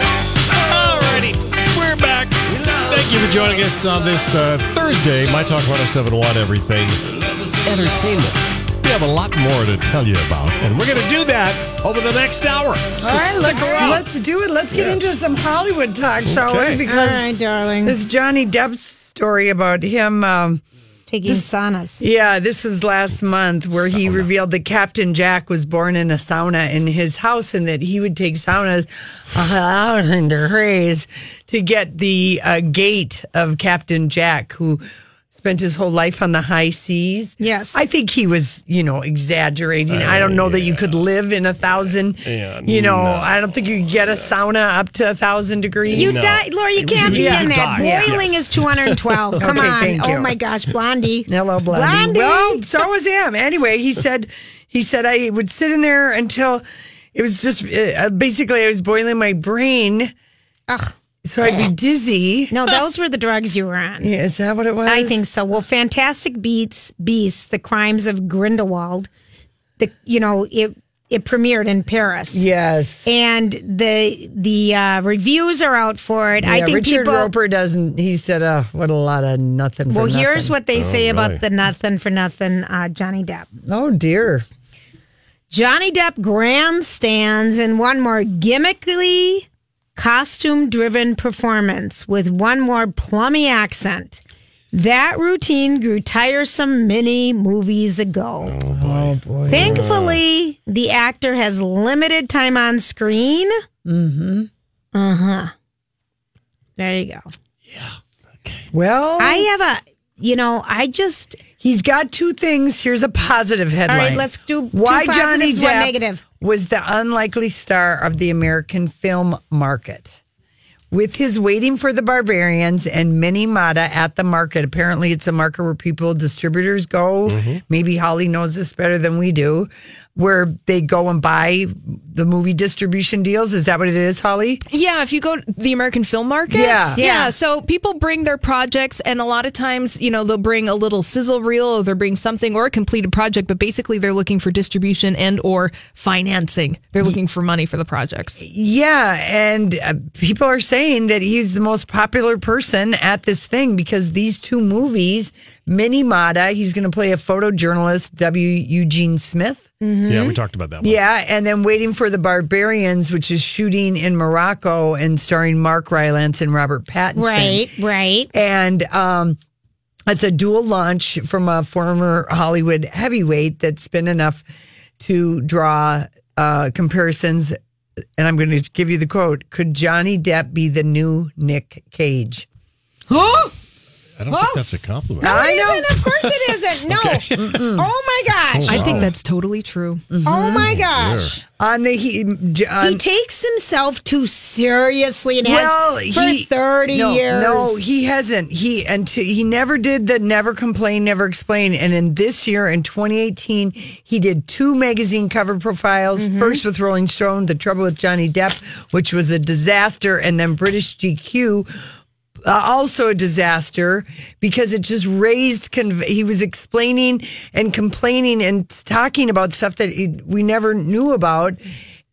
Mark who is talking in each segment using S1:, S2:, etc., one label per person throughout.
S1: Alrighty, we're back. Thank you for joining us on this uh, Thursday. My Talk 1071 Everything Entertainment. We have a lot more to tell you about, and we're going to do that over the next hour. So
S2: All right,
S1: stick
S2: let's,
S1: around.
S2: let's do it. Let's get
S1: Yes.
S2: into some Hollywood talk, shall
S1: Okay.
S2: we?
S3: All
S2: Because
S3: right, darling.
S2: this Johnny Depp story about him. Um,
S3: Taking saunas.
S2: yeah, this was last month where he revealed that Captain Jack was born in a sauna in his house and that he would take saunas out in the rays to get the uh, gate of Captain Jack, who spent his whole life on the high seas.
S3: Yes.
S2: I think he was, you know, exaggerating. I don't know that you could live in a thousand.
S1: Yeah,
S2: you know,
S1: no.
S2: I don't think you could get a sauna up to a thousand degrees.
S3: You
S1: No.
S3: die, Laura. You can't be
S1: Yeah.
S3: in that.
S1: You die.
S3: Boiling
S1: Yes.
S3: is 212. Come
S2: Okay,
S3: on.
S2: thank you.
S3: Oh my gosh, Blondie.
S2: Hello, Blondie.
S3: Blondie.
S2: Well, so was him. Anyway, he said, he said I would sit in there until it was just uh, basically I was boiling my brain,
S3: Ugh.
S2: so I'd be dizzy.
S3: No, those were the drugs you were on.
S2: Yeah, Is that what it was?
S3: I think so. Well, Fantastic Beats, Beasts, The Crimes of Grindelwald. The you know it it premiered in Paris.
S2: Yes.
S3: And the the uh, reviews are out for it. I
S2: Yeah,
S3: think
S2: Richard
S3: people.
S2: Roper doesn't. He said, "Oh, what a lot of nothing." For
S3: well, here's
S2: nothing."
S3: what they say
S1: really?
S3: about the nothing for nothing uh, Johnny Depp.
S2: Oh dear.
S3: Johnny Depp grandstands in one more gimmickly costume driven performance with one more plummy accent. That routine grew tiresome many movies ago.
S2: Oh boy.
S3: Thankfully, the actor has limited time on screen. Mm hmm. Uh huh.
S2: Mm-hmm.
S3: There you go.
S2: Well,
S3: I have a, you know, I just,
S2: He's got two things. Here's a positive headline.
S3: All right, let's do two
S2: Why Johnny
S3: positives,
S2: Depp
S3: one negative.
S2: was the unlikely star of the American film market. With his Waiting for the Barbarians and Mini Mata at the market, apparently it's a market where people, distributors go, maybe Holly knows this better than we do, where they go and buy the movie distribution deals. Is that what it is, Holly?
S4: Yeah, if you go to the American film market.
S2: Yeah.
S4: yeah.
S3: Yeah.
S4: So people bring their projects, and a lot of times, you know, they'll bring a little sizzle reel or they'll bring something or a completed project, but basically they're looking for distribution and or financing. They're looking for money for the projects.
S2: Yeah, and uh, people are saying that he's the most popular person at this thing because these two movies, Mini Mata, he's going to play a photojournalist, W. Eugene Smith.
S1: Yeah, we talked about that. One.
S2: Mm-hmm. Yeah, and then Waiting for the Barbarians, which is shooting in Morocco and starring Mark Rylance and Robert Pattinson.
S3: right, right.
S2: And um, it's a dual launch from a former Hollywood heavyweight that's been enough to draw uh, comparisons. And I'm going to give you the quote Could Johnny Depp be the new Nick Cage?
S1: I don't think that's a compliment.
S3: No,
S2: I
S3: it
S2: know.
S3: isn't. Of course it isn't. No. Mm-mm. Oh my gosh.
S4: I think that's totally true.
S3: Oh my gosh.
S2: On the. He, on,
S3: He takes himself too seriously and has for 30
S2: no,
S3: years.
S2: No, he hasn't. He until he never did the never complain, never explain. And in this year, in 2018, he did two magazine cover profiles. First with Rolling Stone, "The Trouble with Johnny Depp," which was a disaster, and then British GQ. Uh, also a disaster because it just raised. Conv- he was explaining and complaining and talking about stuff that he, we never knew about,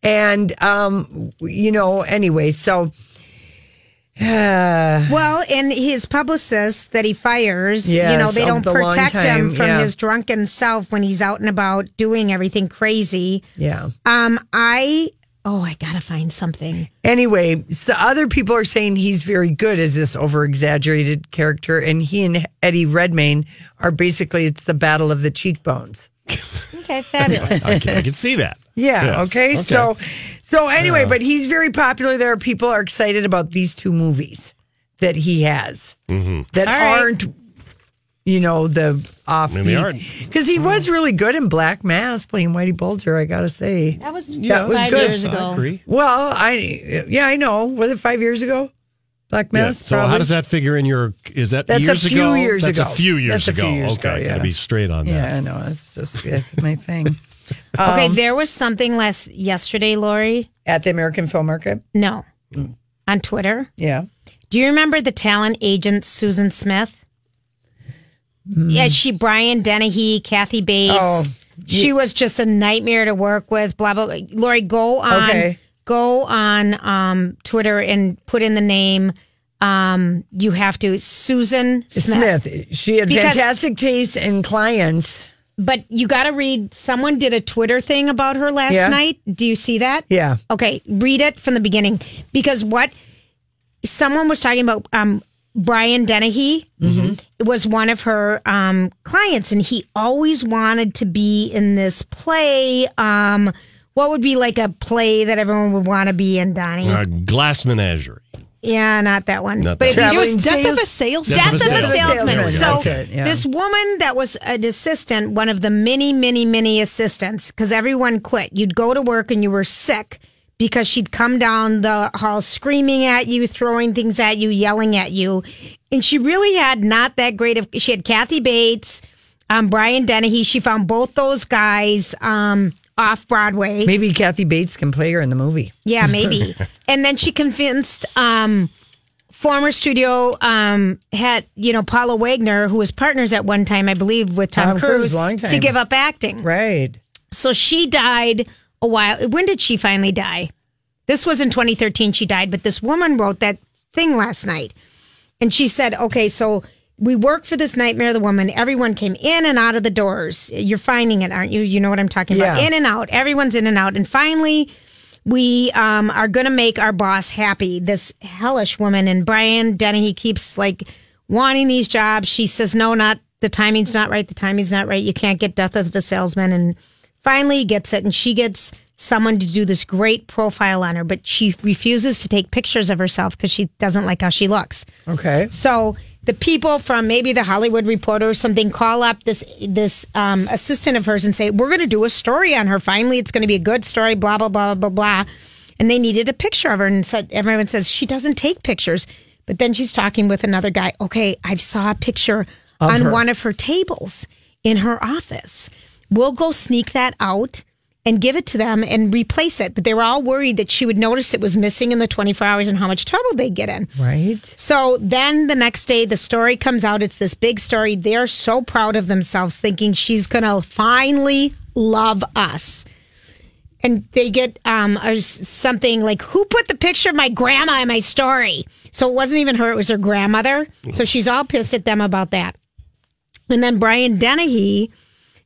S2: and um, you know. Anyway, so
S3: Well, and his publicist that he fires, you know,
S2: Yes,
S3: they
S2: of
S3: don't
S2: the long
S3: protect him
S2: time,
S3: from
S2: yeah.
S3: his drunken self when he's out and about doing everything crazy.
S2: Yeah.
S3: Um, I oh, I gotta find something.
S2: Anyway, so other people are saying he's very good as this over exaggerated character, and he and Eddie Redmayne are basically it's the battle of the cheekbones.
S3: Okay, fabulous.
S1: I can, I can see that.
S2: Yeah.
S1: Yes.
S2: Okay? So, so anyway, but he's very popular there. People are excited about these two movies that he has
S1: Mm-hmm.
S2: that
S3: right.
S2: aren't, you know, the off
S1: Maybe aren't. Mm-hmm.
S2: because he was really good in Black Mass playing Whitey Bulger. I gotta say.
S3: That was
S2: Yeah, it was
S3: five
S2: good.
S3: years
S2: I
S3: ago.
S1: agree.
S2: Well, I yeah, I know. Was it five years ago? Black
S1: Yeah.
S2: Mass.
S1: So
S2: probably.
S1: how does that figure in your? Is that
S2: That's a
S1: years
S2: few
S1: ago?
S2: years
S1: That's
S2: ago.
S1: a few years
S2: That's a few
S1: ago.
S2: years
S1: okay,
S2: ago,
S1: gotta
S2: yeah.
S1: be straight on that.
S2: Yeah, I know. It's just it's my thing. Um,
S3: Okay, there was something last yesterday, Lori.
S2: At the American Film Market.
S3: No,
S2: Mm.
S3: on Twitter.
S2: Yeah.
S3: Do you remember the talent agent Susan Smith? Yeah, she Brian Dennehy, Kathy Bates.
S2: Hmm. Oh,
S3: she was just a nightmare to work with. Blah blah. blah. Lori, go on,
S2: Okay.
S3: go on um, Twitter and put in the name. Um, you have to Susan Smith.
S2: Smith. She had
S3: Because-
S2: fantastic taste in clients.
S3: But you got to read. Someone did a Twitter thing about her last
S2: Yeah.
S3: night. Do you see that?
S2: Yeah.
S3: Okay, read it from the beginning because what someone was talking about um Brian Dennehy
S1: Mm-hmm.
S3: was one of her um clients and he always wanted to be in this play um what would be like a play that everyone would want to be in, Donnie?
S1: Uh, glass menagerie.
S3: Yeah, not that one.
S1: Not
S3: but
S1: that
S3: if you
S2: one.
S3: do
S4: It was
S2: Selling
S4: Death of a
S2: sales-
S4: Sales
S1: Death
S3: Death of a
S2: Salesman.
S3: Salesman.
S2: There we go.
S3: So
S2: Okay, yeah.
S3: this woman that was an assistant, one of the many, many, many assistants, because everyone quit. You'd go to work and you were sick because she'd come down the hall screaming at you, throwing things at you, yelling at you, and she really had not that great of. She had Kathy Bates, um, Brian Dennehy. She found both those guys um, off Broadway.
S2: Maybe Kathy Bates can play her in the movie.
S3: Yeah, maybe. and then she convinced um former studio um had you know Paula Wagner, who was partners at one time, I believe, with Tom,
S2: Tom Cruise, long
S3: to
S2: time.
S3: give up acting.
S2: Right.
S3: So she died a while. When did she finally die? This was in 2013 she died, but this woman wrote that thing last night. And she said, okay, so we work for this nightmare of the woman. Everyone came in and out of the doors. You're finding it, aren't you? You know what I'm talking about.
S2: Yeah.
S3: In and out. Everyone's in and out. And finally, we um, are going to make our boss happy, this hellish woman. And Brian Dennehy keeps like wanting these jobs. She says, no, not the timing's not right. The timing's not right. You can't get death as a salesman. And finally he gets it. And she gets someone to do this great profile on her, but she refuses to take pictures of herself because she doesn't like how she looks.
S2: Okay.
S3: So the people from maybe the Hollywood Reporter or something call up this this um, assistant of hers and say, "We're going to do a story on her. Finally, it's going to be a good story." Blah blah blah blah blah. And they needed a picture of her, and said everyone says she doesn't take pictures. But then she's talking with another guy. Okay, I saw a picture on
S2: her.
S3: one of her tables in her office. We'll go sneak that out and give it to them and replace it. But they were all worried that she would notice it was missing in the 24 hours and how much trouble they'd get in.
S2: Right.
S3: So then the next day, the story comes out. It's this big story. They're so proud of themselves, thinking she's going to finally love us. And they get um, a s- something like, Who put the picture of my grandma in my story? So it wasn't even her, it was her grandmother. So she's all pissed at them about that. And then Brian Dennehy,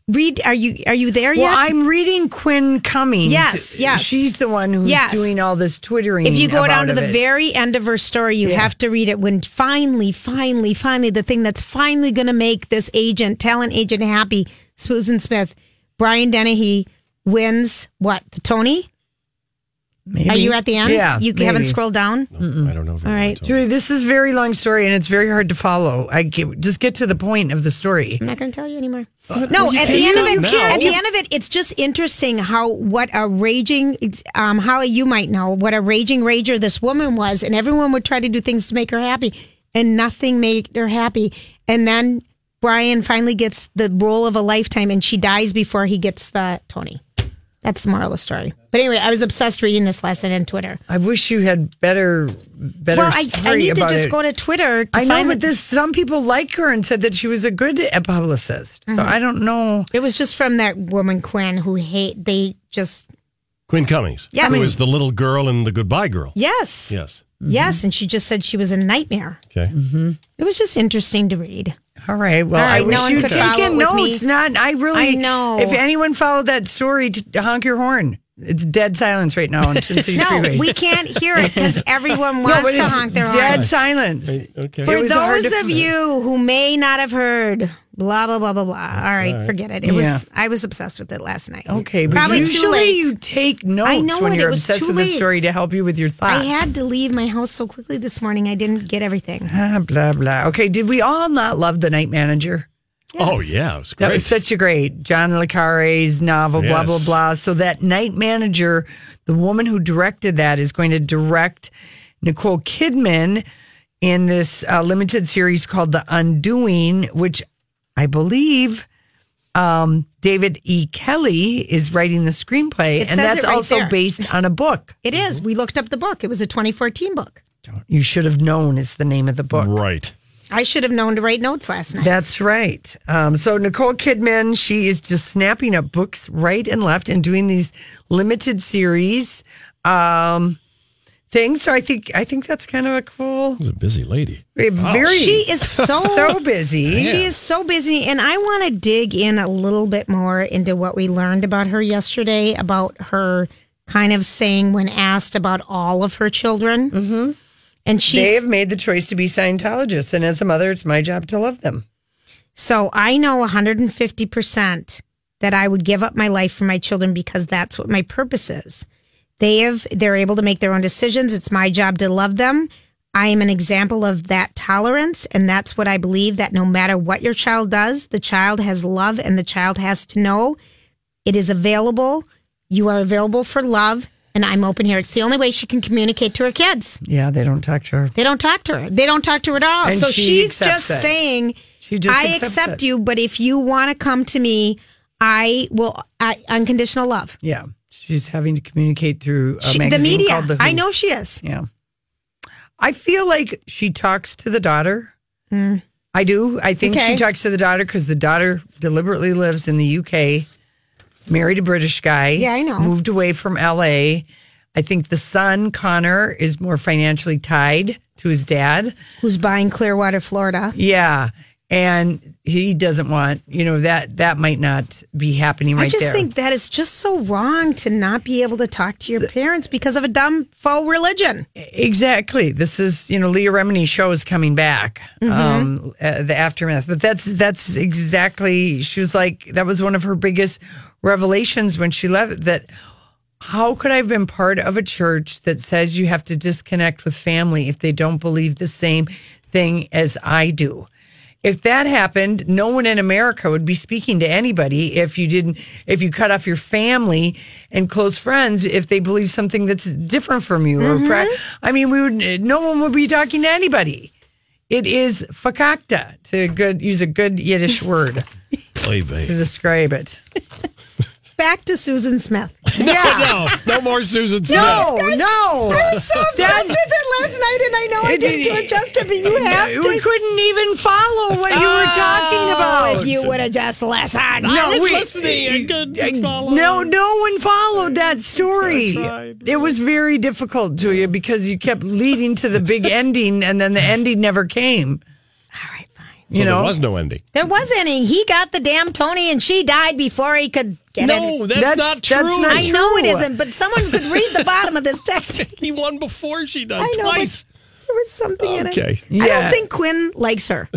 S3: read, are you are you there
S2: Well,
S3: yet?
S2: I'm reading Quinn Cummings.
S3: Yes, yes.
S2: She's the one who's
S3: Yes.
S2: doing all this twittering.
S3: If you go
S2: about
S3: down to
S2: of
S3: the
S2: it.
S3: very end of her story, you have to read it when finally, finally, finally, the thing that's finally going to make this agent, talent agent, happy, Susan Smith, Brian Dennehy wins what? The Tony?
S2: Maybe.
S3: Are you at the end?
S2: Yeah,
S3: You
S2: maybe.
S3: haven't scrolled down?
S1: I don't know. If
S3: All right.
S2: Julie, this is a very long story and it's very hard to follow. I get, just get to the point of the story.
S3: I'm not going to tell you anymore.
S2: Uh,
S3: no,
S1: you
S3: at
S1: can
S3: the end of
S1: stop
S3: it,
S1: now.
S3: at the end of it, it's just interesting how what a raging it's, um, Holly, you might know what a raging rager this woman was, and everyone would try to do things to make her happy, and nothing made her happy. And then Brian finally gets the role of a lifetime, and she dies before he gets the Tony. That's the moral of the story. But anyway, I was obsessed reading this lesson in Twitter.
S2: I wish you had better, better.
S3: Well, I, I
S2: story
S3: need to
S2: about
S3: just
S2: it.
S3: go to Twitter. To
S2: I know,
S3: find
S2: but
S3: it.
S2: this some people like her and said that she was a good publicist. So
S3: Mm-hmm.
S2: I don't know.
S3: It was just from that woman Quinn who hate. They just
S1: Quinn Cummings.
S3: Yes.
S1: Who is the little girl in the Goodbye Girl?
S3: yes.
S1: Yes.
S2: Mm-hmm.
S3: Yes, and she just said she was a nightmare.
S1: Okay.
S3: Mm-hmm. It was just interesting to read.
S2: All right. Well,
S3: All right,
S2: I
S3: no
S2: wish
S3: one
S2: you'd
S3: could follow
S2: taken
S3: it with me.
S2: notes. Not. I really.
S3: I know.
S2: If anyone followed that story, t- honk your horn. It's dead silence right now on Twin Cities
S3: No,
S2: Freeway.
S3: we can't hear it because everyone
S2: No,
S3: wants
S2: but
S3: to
S2: it's
S3: honk their
S2: dead
S3: horn.
S2: silence.
S1: Okay.
S2: It
S3: For
S2: was a hard
S3: those
S2: to-
S3: of you who may not have heard, blah blah blah blah blah. All right, forget it. It was I was obsessed with it last night.
S2: Okay, but
S3: probably
S2: usually
S3: too late.
S2: you take notes
S3: know
S2: when
S3: it,
S2: you're
S3: it was
S2: obsessed
S3: too
S2: with a
S3: late.
S2: story to help you with your thoughts.
S3: I had to leave my house so quickly this morning. I didn't get everything.
S2: Ah, blah blah. Okay, did we all not love the night manager?
S1: Oh yeah, it was
S2: That
S1: great.
S2: was such a great John Le Carre's novel, blah, blah,
S1: Yes.
S2: blah. So that night manager, the woman who directed that is going to direct Nicole Kidman in this uh, limited series called The Undoing, which I believe um, David E. Kelly is writing the screenplay.
S3: It
S2: and
S3: says
S2: that's
S3: it right
S2: also
S3: there.
S2: based on a book.
S3: It is. We looked up the book. It was a 2014 book.
S2: You should have known is the name of the book.
S1: right.
S3: I should have known to write notes last night.
S2: That's right. Um, so Nicole Kidman, she is just snapping up books right and left and doing these limited series um, things. So I think I think that's kind of a cool,
S1: It was a busy lady.
S2: very
S3: she is so
S2: so busy.
S3: She is so busy, and I want to dig in a little bit more into what we learned about her yesterday about her kind of saying when asked about all of her children. Mm-hmm. And
S2: They
S3: she's
S2: have made the choice to be Scientologists, and as a mother, it's my job to love them.
S3: so I know 150% that I would give up my life for my children because that's what my purpose is. They have, they're able to make their own decisions. It's my job to love them. I am an example of that tolerance. And that's what I believe that no matter what your child does, the child has love and the child has to know It is available. You are available for love, and I'm open here. It's the only way she can communicate to her kids.
S2: Yeah, they don't talk to her.
S3: They don't talk to her. They don't talk to her at all.
S2: And
S3: so
S2: she
S3: she's
S2: accepts
S3: just
S2: it.
S3: saying,
S2: She just
S3: "I
S2: accepts it.
S3: accept you, but if you want to come to me, I will. I, unconditional love."
S2: Yeah, she's having to communicate through a
S3: She- the
S2: magazine
S3: media.
S2: called The
S3: I
S2: Who.
S3: know she is.
S2: Yeah. I feel like she talks to the daughter. I do. I think
S3: Hmm. Okay.
S2: she talks to the daughter because the daughter deliberately lives in the UK, married a British guy.
S3: Yeah, I know.
S2: Moved away from LA. I think the son, Connor, is more financially tied to his dad.
S3: Who's buying Clearwater, Florida?
S2: Yeah. And he doesn't want, you know, that that might not be happening right
S3: I just
S2: there.
S3: think that is just so wrong to not be able to talk to your parents because of a dumb faux religion.
S2: Exactly. This is you know Leah Remini's show is coming back. Um, uh, the aftermath, but that's that's exactly. She was like that was one of her biggest revelations when she left. That how could I have been part of a church that says you have to disconnect with family if they don't believe the same thing as I do? If that happened, no one in America would be speaking to anybody if you didn't, if you cut off your family and close friends if they believe something that's different from you. Or pra- I mean, we would, no one would be talking to anybody. It is fakakta to good use a good Yiddish word
S1: Oy vey.
S2: to describe it.
S3: Back to Susan Smith.
S1: no, no more Susan Smith.
S2: No, no.
S3: I was so obsessed
S2: That's-
S3: with it last night, and I know I
S2: It-
S3: didn't do it justice, but you have to.
S2: We couldn't even follow what you were talking about.
S3: Oh, if you would have just listened.
S2: no,
S3: No,
S2: we, No, no one followed that story. It was very difficult, Julia, because you kept leading to the big ending, and then the ending never came.
S3: All right, fine.
S2: You know,
S1: there was no ending.
S3: There was any. He got the damn Tony, and she died before he could get it.
S5: No, Oh, that's,
S2: That's-
S5: not true.
S2: that's not
S3: I know it isn't, but someone could read the bottom of this text.
S5: he won before she died
S3: I know, but
S5: twice.
S3: there was something in it.
S1: Okay,
S3: I
S2: Yeah.
S3: don't think Quinn likes her.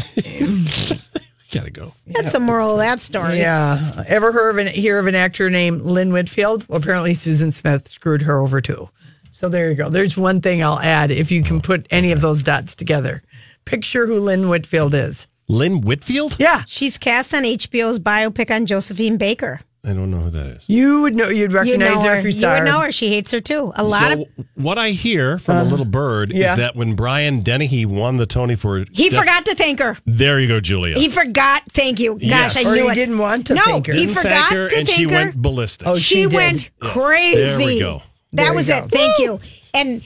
S1: gotta go.
S3: That's the moral of that story.
S2: yeah. Ever heard of an, hear of an actor named Lynn Whitfield? Well, apparently Susan Smith screwed her over too. So there you go. There's one thing I'll add if you can put any of those dots together. Picture who Lynn Whitfield is.
S1: Lynn Whitfield?
S2: Yeah,
S3: She's cast on HBO's biopic on Josephine Baker.
S1: I don't know who that is.
S2: you would know. You'd
S3: You
S2: recognize
S3: know
S2: her
S3: her.
S2: if you
S3: You
S2: saw
S3: would
S2: her.
S3: know her. She hates her too. A lot of
S1: So what I hear from
S3: Uh-huh.
S1: a little bird
S2: yeah.
S1: is that when Brian Dennehy won the Tony for
S3: he
S1: Def-
S3: forgot to thank her.
S1: There you go, Julia.
S3: He forgot. Thank you. Gosh,
S1: Yes.
S3: I
S2: Or
S3: knew
S2: he
S3: it.
S2: didn't want to
S3: no,
S2: thank her.
S3: he
S1: Didn't thank
S3: forgot
S1: her,
S3: to
S1: and
S3: thank
S1: she
S3: her.
S1: went ballistic.
S2: Oh,
S3: she
S2: She did.
S3: went
S1: Yes.
S3: crazy.
S1: There we go.
S3: That
S2: There
S3: was
S2: you
S3: it.
S2: go.
S3: Thank you. And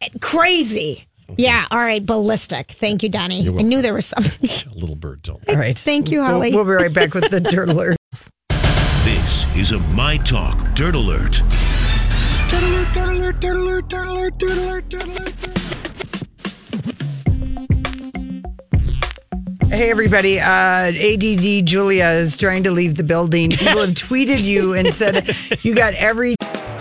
S3: and crazy. Yeah. All right. Ballistic. Thank you, Donnie. I knew there was something.
S1: a little bird don't.
S2: All right.
S3: Thank you, Holly.
S2: We'll, we'll be right back with the dirt alert.
S6: This is a My Talk Dirt Alert.
S2: Hey, everybody. Uh, ADD Julia is trying to leave the building. People have tweeted you and said, You got every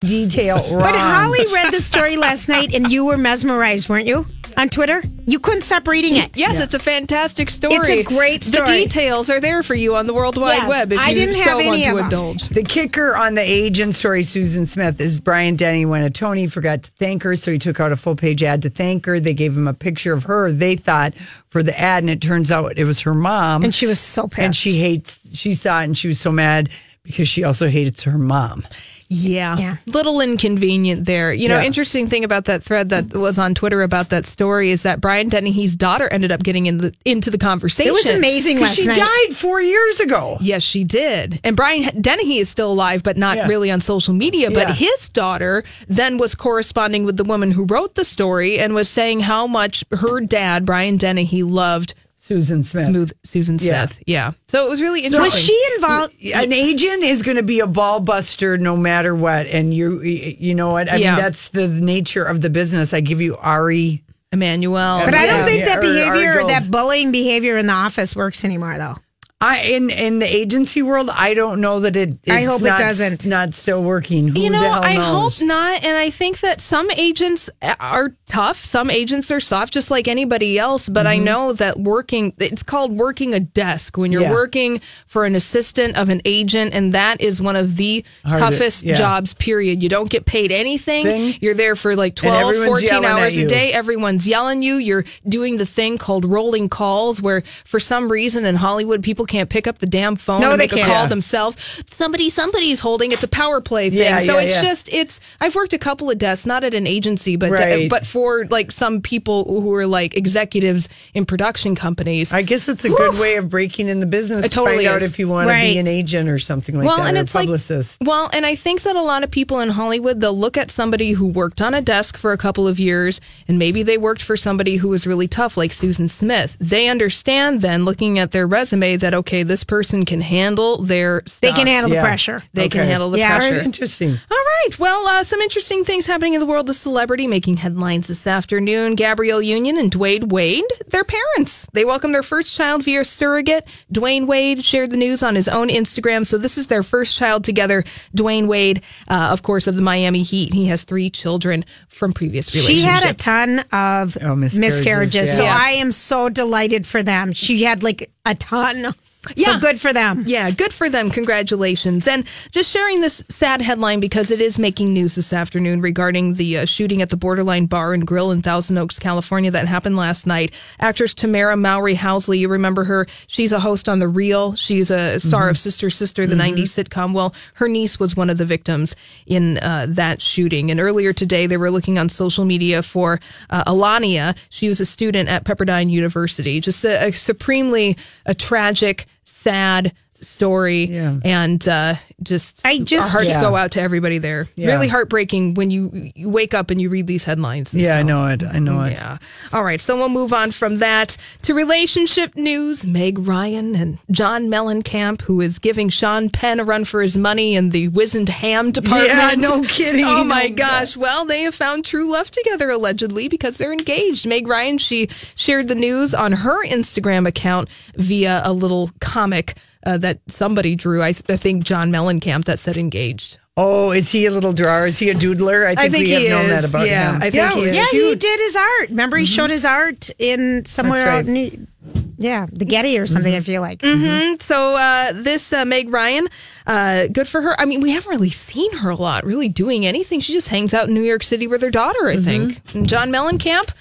S2: detail wrong.
S3: But Holly read the story last night and you were mesmerized, weren't you? On Twitter? You couldn't stop reading it.
S4: Yes, it's a fantastic story.
S3: It's a great
S4: The
S3: story.
S4: details are there for you on the World Wide
S3: Yes,
S4: Web if
S3: I
S4: you
S3: didn't
S4: so
S3: have any
S4: want
S3: of
S4: to
S3: 'em.
S4: indulge.
S2: The kicker on the age and story, Susan Smith, is Brian Denny won a Tony, forgot to thank her, so he took out a full page ad to thank her. They gave him a picture of her, they thought, for the ad, and it turns out it was her mom.
S3: And she was so pissed.
S2: And she hates, she saw it and she was so mad because she also hated her mom.
S4: Yeah.
S3: Yeah.
S4: Little inconvenient there. You know,
S2: Yeah.
S4: interesting thing about that thread that was on Twitter about that story is that Brian Dennehy's daughter ended up getting in the, into the conversation.
S3: It was amazing
S2: 'Cause
S3: last
S2: She
S3: night.
S2: died four years ago.
S4: Yes, she did. And Brian Dennehy is still alive, but not
S2: Yeah.
S4: really on social media. But
S2: Yeah.
S4: his daughter then was corresponding with the woman who wrote the story and was saying how much her dad, Brian Dennehy, loved
S2: Susan Smith.
S4: smooth Susan
S2: Yeah.
S4: Smith. Yeah. So it was really interesting.
S3: Was she involved?
S2: An agent is going to be a ball buster no matter what. And you, you know what? I
S4: Yeah.
S2: mean, that's the nature of the business. I give you Ari.
S4: Emmanuel?
S3: But I don't
S2: Yeah.
S3: think that
S2: Or- or
S3: behavior,
S2: girls.
S3: that bullying behavior in the office works anymore, though.
S2: I in in the agency world, I don't know that it. It's
S3: I hope it
S2: not,
S3: doesn't.
S2: Not still working. Who
S4: you know,
S2: the hell
S4: I
S2: knows?
S4: hope not. And I think that some agents are tough. Some agents are soft, just like anybody else. But
S2: Mm-hmm.
S4: I know that working, it's called working a desk when you're
S2: Yeah.
S4: working for an assistant of an agent. And that is one of the
S2: Hard-
S4: toughest
S2: yeah.
S4: jobs, period. You don't get paid anything.
S2: Thing.
S4: You're there for like 12,
S2: everyone's
S4: 14
S2: yelling at
S4: hours a
S2: you.
S4: day. Everyone's yelling you. You're doing the thing called rolling calls where for some reason in Hollywood, people can't pick up the damn phone
S3: No,
S4: and
S3: they
S4: make
S3: can't.
S4: a call
S3: Yeah.
S4: themselves. Somebody, somebody's holding. It's a power play thing.
S2: Yeah,
S4: so
S2: yeah,
S4: it's
S2: yeah.
S4: just just it's I've worked a couple of desks, not at an agency, but
S2: Right.
S4: but for like some people who are like executives in production companies.
S2: I guess it's a good way of breaking in the business.
S4: It totally
S2: to find out
S4: is.
S2: if you want to
S3: Right.
S2: be an agent or something like that, or a publicist.
S4: like well, and I think that a lot of people in Hollywood they'll look at somebody who worked on a desk for a couple of years, and maybe they worked for somebody who was really tough, like Susan Smith. They understand then, looking at their resume, that okay, this person can handle their
S3: They
S4: stuff.
S3: can handle
S2: Yeah.
S3: the pressure.
S4: They can
S2: Okay.
S4: handle the
S3: Yeah.
S4: pressure.
S2: Very interesting.
S4: All right. Well, uh, some interesting things happening in the world of celebrity making headlines this afternoon. Gabrielle Union and Dwayne Wade, their parents. They welcomed their first child via surrogate. Dwayne Wade shared the news on his own Instagram. So this is their first child together. Dwayne Wade, uh, of course, of the Miami Heat. He has three children from previous relationships.
S3: She had a ton of
S2: Oh, miscarriages,
S3: miscarriages,
S2: yeah.
S3: so
S4: Yes.
S3: I am so delighted for them. She had like a ton.
S4: Yeah.
S3: So good for them.
S4: Yeah, good for them. Congratulations. And just sharing this sad headline because it is making news this afternoon regarding the uh, shooting at the Borderline Bar and Grill in Thousand Oaks, California that happened last night. Actress Tamara Mowry Housley, you remember her? She's a host on The Real. She's a star of Sister Sister, the 90s sitcom. Well, her niece was one of the victims in uh, that shooting. And earlier today, they were looking on social media for uh, Alania. She was a student at Pepperdine University. Just a, a supremely a tragic sad story and uh, just
S3: I just-
S4: our hearts
S2: Yeah.
S4: go out to everybody there really heartbreaking when you, you wake up and you read these headlines and
S2: Yeah, I
S4: so-
S2: know it. I know it.
S4: yeah all right so we'll move on from that to relationship news meg ryan and john mellencamp who is giving sean penn a run for his money in the wizened ham department
S2: Yeah, no kidding.
S4: oh my
S2: No.
S4: gosh well they have found true love together allegedly because they're engaged meg ryan she shared the news on her instagram account via a little comic uh, that somebody drew I, I think john mellencamp that said engaged
S2: Oh, is he a little drawer? Is he a doodler? I think, we have known that about
S4: yeah,
S2: him.
S4: I think
S2: yeah,
S4: he
S2: it was
S4: is.
S3: Yeah, he
S2: cute.
S3: did his art. Remember, he showed his art in somewhere
S2: That's right.
S3: out in, New- yeah, the Getty or something. I feel like
S4: Mhm. So uh, this uh, Meg Ryan, uh, good for her. I mean, we haven't really seen her a lot, really doing anything. She just hangs out in New York City with her daughter, I think. And John Mellencamp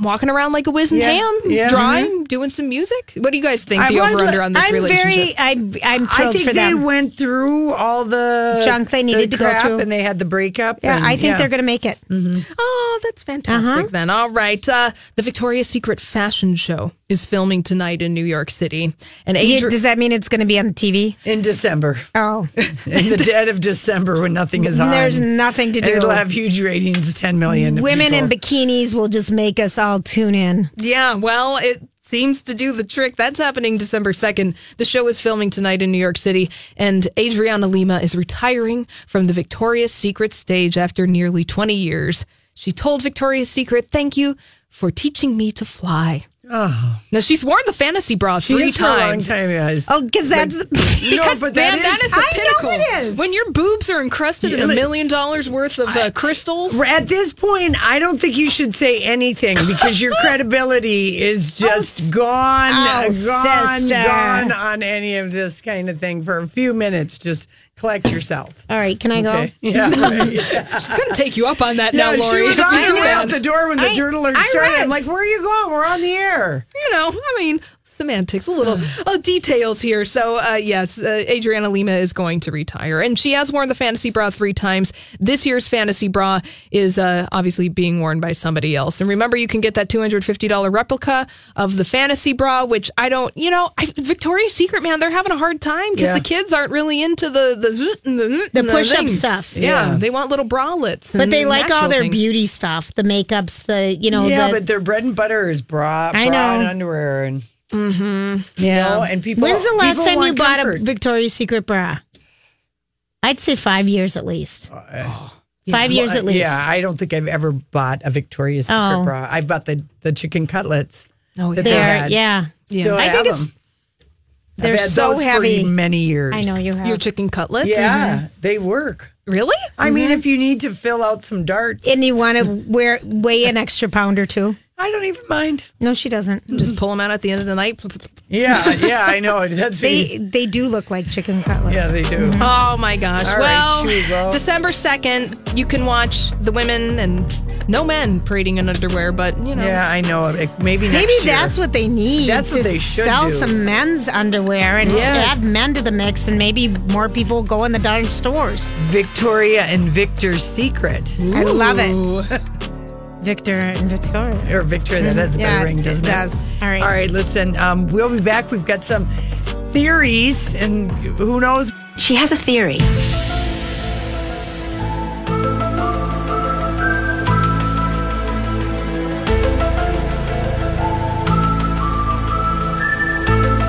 S4: walking around like a whiz and
S2: Yeah.
S4: ham,
S2: Yeah.
S4: drawing, doing some music. What do you guys think?
S2: I
S4: the
S2: wonder-
S4: over under on this
S3: I'm
S4: relationship?
S3: very, I'm, I'm
S2: I
S3: thrilled
S2: think
S3: for
S2: they
S3: them.
S2: went through all the
S3: Junk they
S2: the
S3: needed to go
S2: crap
S3: through.
S2: and they had the breakup.
S3: yeah,
S2: and-
S3: I think
S2: yeah. Mm-hmm.
S3: they're going to make it.
S4: Oh, that's fantastic
S3: Uh-huh.
S4: then. All right. Uh, the Victoria's Secret fashion show is filming tonight in New York City. And
S3: Yeah,
S4: Adri-
S3: does that mean it's going to be on TV?
S2: in December,
S3: Oh,
S2: in the dead of December, when nothing is on.
S3: there's nothing to
S2: And
S3: do.
S2: It'll have huge ratings, ten million
S3: Women in
S2: people.
S3: bikinis will just make us all tune in.
S4: Yeah, well, it seems to do the trick. That's happening December 2nd. The show is filming tonight in New York City, and Adriana Lima is retiring from the Victoria's Secret stage after nearly 20 years. She told Victoria's Secret, Thank you for teaching me to fly. Oh. Now, she's worn the fantasy bra three
S2: Jeez, for a long
S4: times.
S2: time, yes.
S3: Oh, because that's
S4: Because,
S2: but that
S4: man, that
S2: is-
S4: is the
S3: I
S4: pinnacle.
S3: know it is.
S4: When your boobs are encrusted in a
S2: like-
S4: million dollars worth of uh, crystals.
S2: At this point, I don't think you should say anything because your credibility is just gone,
S3: oh,
S2: gone,
S3: sister.
S2: gone on any of this kind of thing for a few minutes. Just collect yourself.
S3: all right. Can I go?
S2: Okay. Yeah. right. yeah.
S4: She's going to take you up on that now,
S2: Yeah, she
S4: Lori.
S2: was
S4: if you
S2: on her
S4: do
S2: way
S4: that.
S2: out the door when the
S3: I-
S2: journal alert
S3: I
S2: started. I'm like,
S3: rest.
S2: where are you going? We're on the air.
S4: you know, I mean, semantics, a little uh, details here. So, uh, yes, uh, Adriana Lima is going to retire, and she has worn the fantasy bra three times. This year's fantasy bra is uh, obviously being worn by somebody else. And remember, you can get that two hundred fifty dollar replica of the fantasy bra, which I don't, you know, I, Victoria's Secret, man, they're having a hard time because
S2: Yeah.
S4: the kids aren't really into the the and the,
S3: The
S4: and
S3: push-up
S4: thing.
S3: stuffs.
S4: Yeah,
S2: Yeah.
S4: they want little bralettes,
S3: But
S4: and
S3: they like all
S4: natural
S3: their
S4: things.
S3: beauty stuff, the makeups, the you know,
S2: Mm, yeah,
S3: the,
S2: but their bread and butter is bra, bra
S3: I
S2: and
S3: know.
S2: underwear, and
S4: Yeah.
S2: oh, and people.
S3: When's the last
S2: people
S3: time you
S2: want
S3: bought a
S2: comfort.
S3: Victoria's Secret bra? I'd say five years at least. five years at least.
S2: Uh, Yeah, I don't think I've ever bought a Victoria's Secret
S3: Oh.
S2: bra. I bought the the chicken cutlets.
S4: Oh,
S2: that
S4: yeah.
S2: they
S3: They're,
S2: had.
S3: yeah.
S2: Still
S3: I
S2: have
S3: think it's-
S2: them. I've
S3: They're
S2: had
S3: so
S2: those
S3: heavy.
S2: for many years.
S3: I know you Mm-hmm. have.
S4: your chicken cutlets.
S2: Yeah, they work.
S4: really?
S2: I
S3: Mm-hmm.
S2: mean, if you need to fill out some darts,
S3: and you want to wear weigh an extra pound or two.
S2: I don't even mind.
S3: No, she doesn't.
S4: Just pull them out at the end of the night.
S2: Yeah, yeah, I know. That's
S3: They Mm-hmm.
S2: me.
S3: they do look like chicken cutlets.
S2: Yeah, they do.
S4: Oh my gosh.
S2: All right,
S4: well,
S2: shoot, well.
S4: December 2nd, you can watch the women and no men parading in underwear, but you know.
S2: Yeah, I know. It- Maybe next
S3: Maybe
S2: year.
S3: that's what they need.
S2: That's
S3: to
S2: what they should
S3: sell
S2: do.
S3: some men's underwear and
S2: Yes.
S3: add men to the mix, and maybe more people go in the darn stores.
S2: Victoria and Victor's secret.
S3: I love it. Victor and Victoria.
S2: or Victor. That has a
S3: Yeah,
S2: better ring,
S3: it
S2: doesn't it?
S3: does. All right.
S2: All right, listen, um, we'll be back. We've got some theories, and who knows?
S7: She has a theory.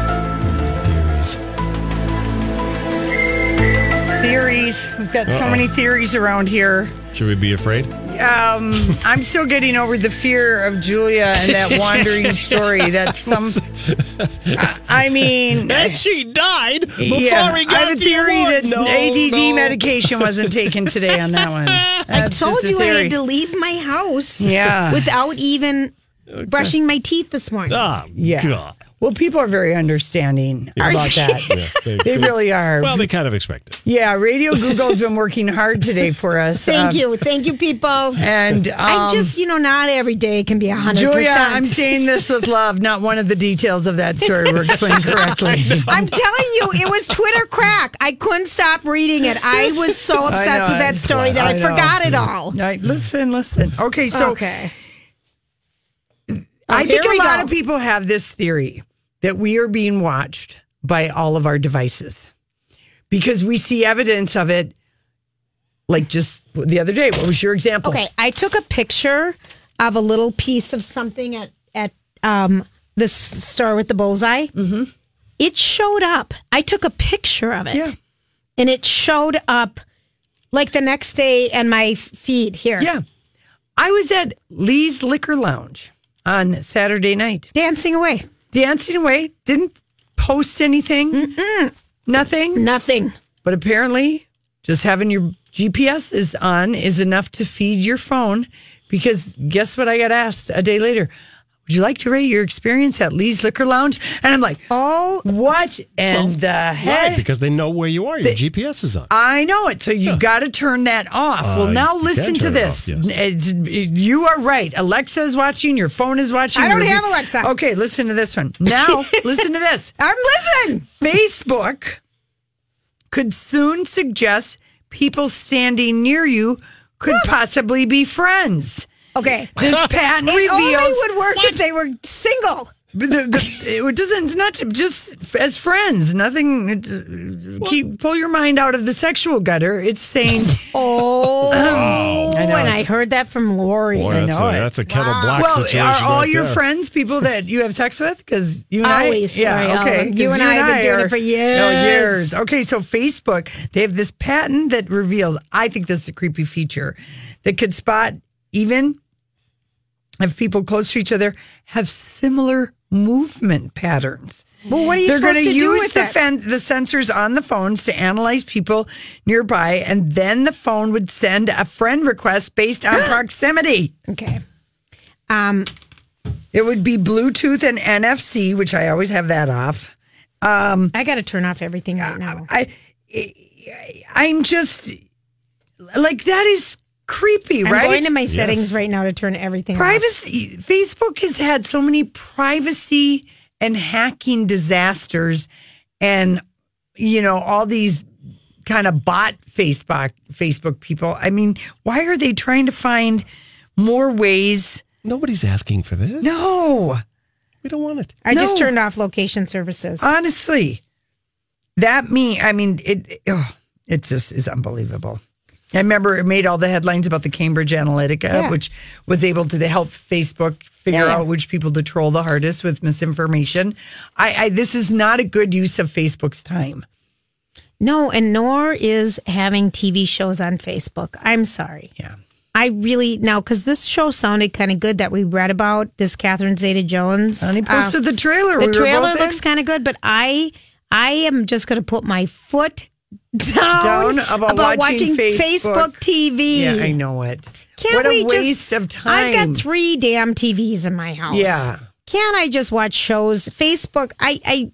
S1: Theories.
S2: Theories. We've got so many theories around here.
S1: Should we be afraid?
S2: Um, I'm still getting over the fear of Julia and that wandering story. That's some. I mean,
S1: And she died before
S2: yeah,
S1: he
S2: I
S1: got
S2: have a
S1: the
S2: theory
S1: award.
S2: that
S1: No,
S2: ADD
S1: no.
S2: medication wasn't taken today on that one.
S3: I
S2: That's
S3: told
S2: just a
S3: you I
S2: theory.
S3: had to leave my house
S2: Yeah.
S3: without even brushing my teeth this morning.
S2: Oh,
S1: Ah,
S2: Yeah.
S1: God.
S2: Well, people are very understanding about that.
S1: Yeah,
S2: They really are.
S1: Well, they kind of expect it.
S2: Yeah, Radio Google's been working hard today for us.
S3: Thank
S2: Um,
S3: you. Thank you, people.
S2: And um,
S3: I just, you know, not every day can be 100%.
S2: Julia, I'm saying this with love. Not one of the details of that story were explained correctly.
S3: I'm telling you, it was Twitter crack. I couldn't stop reading it. I was so obsessed
S2: know,
S3: with that
S2: it's
S3: story that I,
S2: classic. I know.
S3: forgot it all.
S2: All right, listen, listen. Okay, so
S3: okay. Oh,
S2: I think
S3: here
S2: a
S3: we
S2: lot
S3: go.
S2: of people have this theory that we are being watched by all of our devices because we see evidence of it. Like just the other day, what was your example?
S3: Okay, I took a picture of a little piece of something at at um, the s- store with the bullseye. Mm-hmm. It showed up. I took a picture of it,
S2: Yeah.
S3: and it showed up like the next day in my f- feed here.
S2: Yeah. I was at Lee's Liquor Lounge on Saturday night.
S3: dancing away,
S2: dancing away. Didn't post anything. Nothing.
S3: nothing.
S2: But apparently, Just having your GPS is on is enough to feed your phone because guess what I got asked a day later? Would you like to rate your experience at Lee's Liquor Lounge? And I'm like, oh, what in the heck?
S1: Why? Because they know where you are. Your GPS is on.
S2: I know it. So you've got to turn that off.
S1: Uh,
S2: well, now
S1: you can
S2: listen to
S1: turn it off,
S2: this. It's, you are right. Alexa is watching. Your phone is watching.
S3: I don't
S2: your-
S3: have Alexa.
S2: Okay, listen to this one. Now, listen to this.
S3: I'm listening.
S2: Facebook could soon suggest people standing near you could possibly be friends.
S3: Okay.
S2: This patent
S3: It
S2: reveals
S3: only would work if they were single.
S2: but the, the, it doesn't. It's not to- just as friends. Nothing. it- keep pull your mind out of the sexual gutter. It's saying,
S3: Oh,
S2: I know.
S3: and I heard that from Lori.
S1: Boy, that's,
S2: know
S1: a,
S2: it.
S1: that's a kettle black
S2: well,
S1: situation.
S2: are all
S1: right
S2: your
S1: there.
S2: friends people that you have sex with? Because you and
S3: Always,
S2: I, yeah,
S3: Lori,
S2: okay.
S3: always. You
S2: 'Cause
S3: and I have been doing it for years.
S2: Oh, years. Okay, so Facebook, they have this patent that reveals. I think this is a creepy feature that could spot even if people close to each other have similar movement patterns.
S3: Well, what are you
S2: They're
S3: supposed
S2: gonna
S3: to do
S2: use
S3: with
S2: the
S3: it?
S2: fen- the sensors on the phones to analyze people nearby, and then the phone would send a friend request based on proximity.
S3: Okay. Um,
S2: It would be Bluetooth and NFC, which I always have that off.
S3: I got to turn off everything right now.
S2: I, I I'm just like that is creepy,
S3: I'm
S2: right?
S3: going to my settings right now to turn everything off.
S2: privacy. Facebook has had so many privacy and hacking disasters, and you know all these kind of bot Facebook Facebook people. I mean, why are they trying to find more ways?
S1: Nobody's asking for this.
S2: No.
S1: We don't want it.
S3: I just
S2: No.
S3: turned off location services.
S2: Honestly, that me. I mean, it. Oh, it just is unbelievable. I remember it made all the headlines about the Cambridge Analytica,
S3: Yeah.
S2: which was able to help Facebook figure
S3: Yeah.
S2: out which people to troll the hardest with misinformation. I, I this is not a good use of Facebook's time.
S3: No, and nor is having TV shows on Facebook. I'm sorry.
S2: Yeah.
S3: I really now because this show sounded kind of good that we read about this Catherine Zeta Jones.
S2: And he posted the trailer.
S3: Uh, the
S2: We were
S3: trailer
S2: both
S3: looks
S2: in.
S3: kind of good, but I I am just going to put my foot down,
S2: Down about watching
S3: Facebook.
S2: Facebook.
S3: TV.
S2: Yeah, I know it.
S3: Can't
S2: what
S3: we
S2: a waste
S3: just,
S2: of time.
S3: I've got three damn TVs in my house.
S2: Yeah.
S3: Can't I just watch shows? Facebook, I, I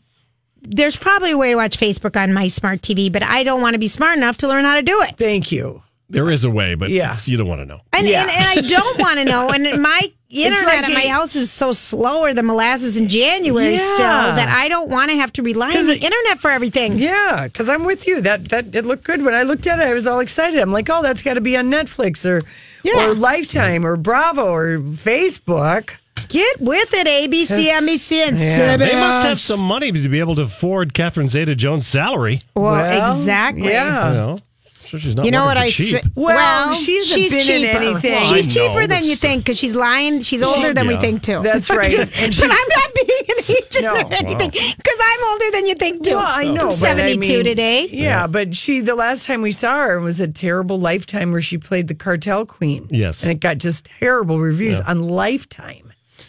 S3: there's probably a way to watch Facebook on my smart TV, but I don't want to be smart enough to learn how to do it.
S2: Thank you.
S1: There is a way, but
S2: Yeah.
S1: it's- you don't want to know.
S3: And
S2: Yeah.
S3: and, and I don't want to know. And my internet
S2: like
S3: at my
S2: it-
S3: house is so slower than molasses in January
S2: Yeah.
S3: still that I don't want to have to rely on the internet for everything.
S2: Yeah, because I'm with you. That that it looked good when I looked at it. I was all excited. I'm like, oh, that's got to be on Netflix or
S3: Yeah.
S2: or Lifetime or Bravo or Facebook.
S3: Get with it, ABC, NBC, E and
S2: Yeah.
S3: CBS.
S1: They must have some money to be able to afford Catherine Zeta Jones' salary.
S3: Well, exactly.
S2: Yeah.
S1: You know, sure she's not
S3: You know
S1: working
S3: what
S1: for
S3: I
S1: cheap.
S3: say?
S2: Well, she hasn't been in anything. Well,
S3: she's
S1: I know,
S3: cheaper than
S1: but
S3: you
S1: still.
S3: think because she's lying. She's older than we
S1: yeah.
S3: think too.
S2: That's right.
S3: Just-
S2: And she-
S3: but I'm not being an ageist
S2: No.
S3: or anything because I'm older than you think too.
S2: Well, I know.
S3: I'm
S2: but I
S3: 72
S2: mean-
S3: today.
S2: Yeah, but she the last time we saw her was a terrible Lifetime where she played the cartel queen.
S1: Yes.
S2: and it got just terrible reviews on Lifetime.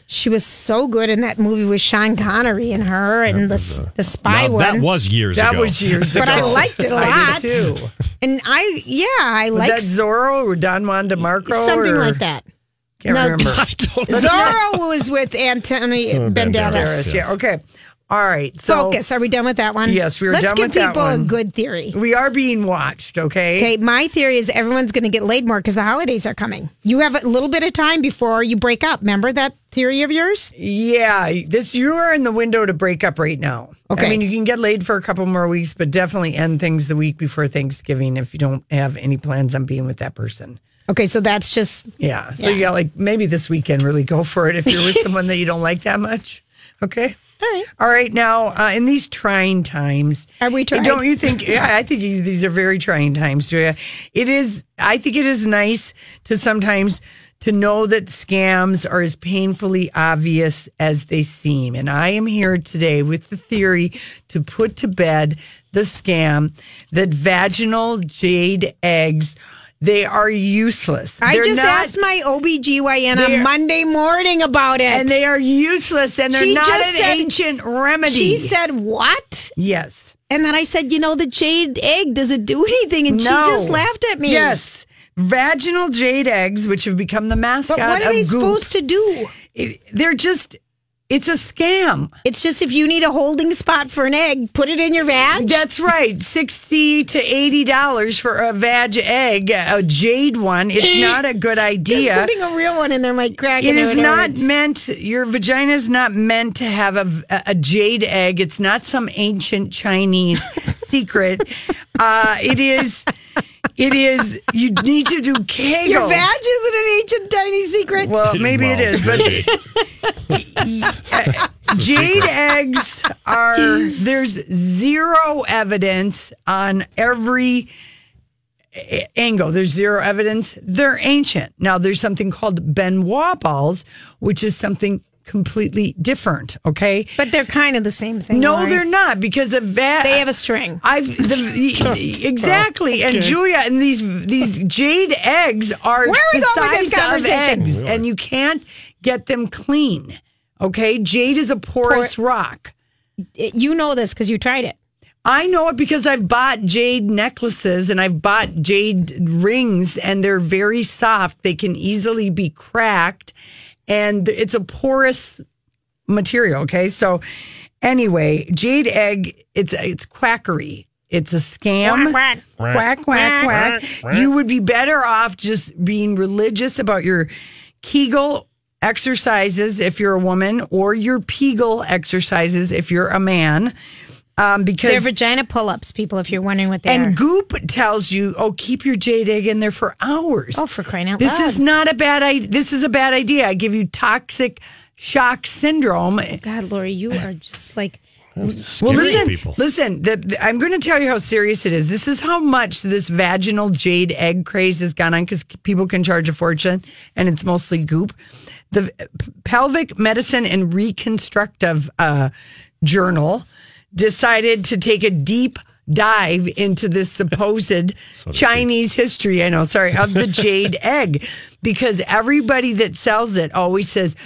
S3: She was so good in that movie with Sean Connery and her and the, the spy
S1: Now,
S3: one.
S1: that was years
S2: That
S1: ago.
S2: was years
S3: But
S2: ago.
S3: I liked it a
S2: I did
S3: lot.
S2: too.
S3: and I, yeah, I
S2: Was
S3: like
S2: that Zorro or Don Juan DeMarco?
S3: something
S2: or-
S3: like that.
S2: Can't
S3: No,
S2: remember.
S1: I don't know.
S3: Zorro was with Anthony Banderas.
S1: Banderas,
S2: Yeah. Okay. All right. So
S3: Focus. Are we done with that one?
S2: Yes, we were
S3: Let's
S2: done
S3: give
S2: with that
S3: people a
S2: one.
S3: good theory.
S2: We are being watched, okay?
S3: Okay, my theory is everyone's going to get laid more because the holidays are coming. You have a little bit of time before you break up. Remember that theory of yours?
S2: Yeah, this you are in the window to break up right now.
S3: Okay.
S2: I mean, you can get laid for a couple more weeks, but definitely end things the week before Thanksgiving if you don't have any plans on being with that person.
S3: Okay, so that's just
S2: Yeah. So you got like maybe this weekend really go for it if you're with someone that you don't like that much. Okay. All
S3: right.
S2: All right. Now, uh, in these trying times,
S3: Are we trying?
S2: Don't you think? Yeah, I think these are very trying times, Julia. It is. I think it is nice to sometimes to know that scams are as painfully obvious as they seem. And I am here today with the theory to put to bed the scam that vaginal jade eggs. They are useless.
S3: I
S2: They're
S3: just
S2: not-
S3: asked my OBGYN on
S2: They're-
S3: Monday morning about it.
S2: and they are useless and they're
S3: She
S2: not
S3: just
S2: an
S3: said-
S2: ancient remedy.
S3: she said, What?
S2: yes.
S3: And then I said, you know, the jade egg, does it do anything? And she
S2: No.
S3: just laughed at me.
S2: Yes. Vaginal jade eggs, which have become the mascot
S3: But what
S2: of
S3: are they
S2: Goop.
S3: supposed to do?
S2: It- they're just, it's a scam.
S3: It's just if you need a holding spot for an egg, put it in your vag.
S2: That's right. 60 to $80 for a vag egg, a jade one. It's not a good idea.
S3: Putting a real one in there might crack.
S2: It
S3: and
S2: is
S3: would
S2: not
S3: hurt.
S2: meant, your vagina is not meant to have a, a jade egg. It's not some ancient Chinese secret. Uh, it is, it is, you need to do kegels.
S3: Your vag isn't an ancient tiny secret.
S2: Well, maybe it is, but jade eggs are there's zero evidence on every a- angle. There's zero evidence. They're ancient. Now there's something called Benoit balls, which is something completely different. Okay.
S3: but they're kind of the same thing.
S2: No,
S3: Lori.
S2: they're not because of that.
S3: They have a string.
S2: I've the, exactly, and Julia, and these these jade eggs are
S3: Where are we
S2: the
S3: going with this
S2: size of
S3: conversation?
S2: eggs, and you can't get them clean. Okay, jade is a porous rock.
S3: It- you know this because you tried it.
S2: I know it because I've bought jade necklaces and I've bought jade rings, and they're very soft. They can easily be cracked, and it's a porous material. Okay, so anyway, jade egg, it's it's quackery. It's a scam.
S3: Quack,
S2: quack, quack, quack. You would be better off just being religious about your Kegel exercises if you're a woman, or your Pegel exercises if you're a man, um,
S3: They're
S2: because.
S3: vagina pull-ups, people. If you're wondering what they
S2: And
S3: are.
S2: Goop tells you, "Oh, keep your jade egg in there for hours."
S3: Oh, for crying out
S2: This
S3: loud.
S2: is not a bad idea. This is a bad idea. I give you toxic shock syndrome.
S3: God, Lori, you are just like
S2: Well,
S1: Scary
S2: listen,
S1: people.
S2: listen. The, the- I'm going to tell you how serious it is. This is how much this vaginal jade egg craze has gone on because people can charge a fortune, and it's mostly goop. The P- Pelvic Medicine and Reconstructive uh, Journal decided to take a deep dive into this supposed Chinese history. I know, sorry, of the jade egg, because everybody that sells it always says.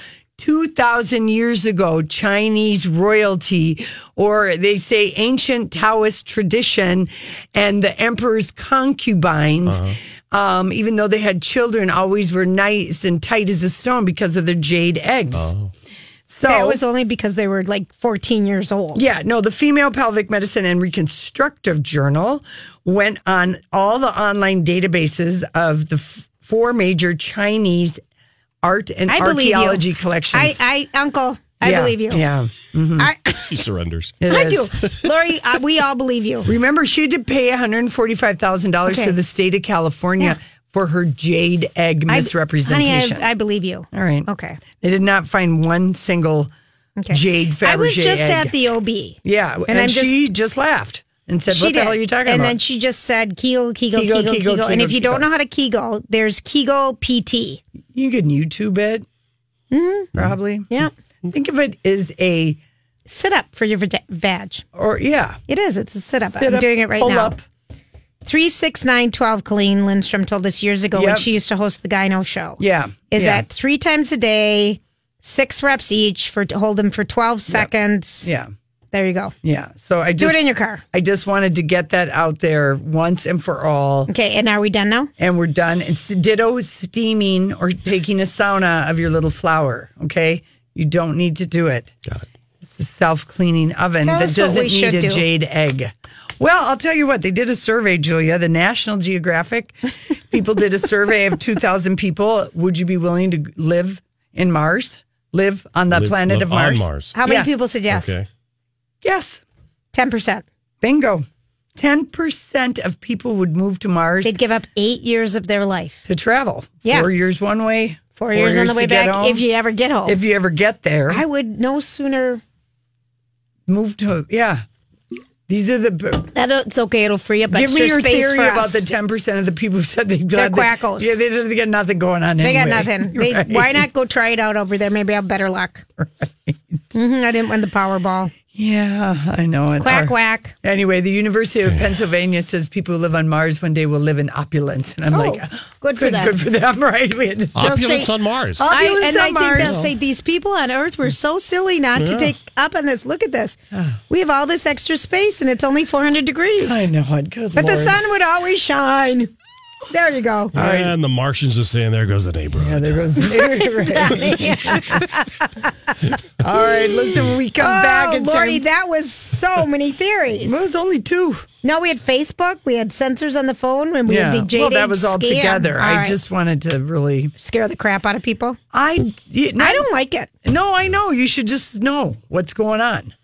S2: 2000 years ago chinese royalty or they say ancient taoist tradition and the emperor's concubines um, even though they had children always were nice and tight as a stone because of their jade eggs so
S3: that was only because they were like 14 years old.
S2: yeah, no, the Female Pelvic Medicine and Reconstructive Journal went on all the online databases of the f- four major Chinese art and
S3: I believe you.
S2: archaeology collections.
S3: I, I, Uncle, I
S2: Yeah,
S3: believe you.
S2: Yeah. hmm.
S3: I,
S1: She surrenders.
S2: it
S3: I
S2: is.
S3: do, Lori. I, we all believe you.
S2: Remember, she had to pay $145,000
S3: Okay.
S2: to the state of California
S3: Yeah.
S2: for her jade egg
S3: I-
S2: misrepresentation.
S3: Honey, I, I believe you.
S2: All right.
S3: Okay.
S2: They did not find one single
S3: Okay.
S2: jade Fabergé
S3: I was just
S2: egg.
S3: at the OB.
S2: Yeah, and,
S3: I'm
S2: she just, laughed and said, "What the hell are you talking
S3: and
S2: about?"
S3: then she just said Kegel, Kegel,
S2: Kegel, Kegel,
S3: Kegel, Kegel. and
S2: Kegel,
S3: if you don't
S2: Kegel.
S3: know how to Kegel, there's Kegel PT.
S2: you can YouTube it,
S3: Mm-hmm.
S2: probably.
S3: Yeah.
S2: Think of it as a
S3: Sit up for your vag- vag.
S2: or yeah.
S3: It is. It's a sit up.
S2: Sit
S3: I'm
S2: up,
S3: doing it right
S2: pull
S3: now.
S2: up.
S3: 36912, Colleen Lindstrom told us years ago when
S2: Yep.
S3: she used to host the Gyno show.
S2: Yeah,
S3: Is
S2: yeah.
S3: that three times a day, six reps each for to hold them for 12 seconds.
S2: Yeah,
S3: There you go.
S2: yeah. So I
S3: Do
S2: just
S3: it in your car.
S2: I just wanted to get that out there once and for all,
S3: Okay. And are we done now?
S2: and we're done. It's ditto steaming or taking a sauna of your little flower. Okay, you don't need to do it. Got it. It's a self cleaning oven
S3: Tell
S2: that
S3: us what
S2: doesn't
S3: we should
S2: need a
S3: do.
S2: jade egg. Well, I'll tell you what, they did a survey, Julia. The National Geographic people did a survey of 2,000 people. Would you be willing to live in Mars? Live on the
S1: Live-
S2: planet
S1: live
S2: of
S1: on
S2: Mars?
S1: Mars.
S3: How many
S2: Yeah.
S3: people said yes?
S1: Okay.
S2: Yes.
S3: 10%.
S2: Bingo. 10% of people would move to Mars
S3: They'd give up eight years of their life.
S2: to travel.
S3: Yeah.
S2: Four years one way,
S3: Four, years, on the way
S2: to get
S3: back
S2: home.
S3: if you ever get home.
S2: if you ever get there.
S3: Oh. I would no sooner.
S2: move to, yeah. These are the.
S3: That it's okay. It'll free up
S2: Give
S3: extra
S2: me your
S3: space
S2: theory
S3: for
S2: about
S3: us.
S2: the ten percent of the people who said they got
S3: quackos.
S2: Yeah, they, they got nothing going on.
S3: They got
S2: anyway.
S3: nothing. They,
S2: Right.
S3: Why not go try it out over there? Maybe I have better luck. hmm I didn't Mm-hmm, win the Powerball.
S2: Yeah, I know it.
S3: Quack,
S2: Our-
S3: quack.
S2: Anyway, the University of Pennsylvania says people who live on Mars one day will live in opulence, and I'm
S3: Oh,
S2: like, uh,
S3: good for them.
S2: Good for them, right? We had this
S1: Opulence
S3: say-
S1: on Mars.
S2: Oh,
S3: I,
S2: Opulence
S3: and I
S2: on
S3: think they'll
S2: Mars.
S3: say these people on Earth were so silly not to
S1: Yeah.
S3: take up on this. Look at this. We have all this extra space and it's only 400 degrees.
S2: I know it. Good
S3: But the
S2: Lord.
S3: sun would always shine. There you go.
S1: And the Martians are saying, there goes the neighborhood.
S2: Yeah, there goes. All right, listen. When we come back,
S3: oh,
S2: and
S3: Lordy, that was so many theories.
S2: Well, it was only two.
S3: No, we had Facebook, we had sensors on the phone, and we had the JD
S2: well, that was all
S3: scam.
S2: together.
S3: All
S2: I
S3: right.
S2: just wanted to really.
S3: scare the crap out of people.
S2: I you,
S3: I don't like it.
S2: No, I know. You should just know what's going on.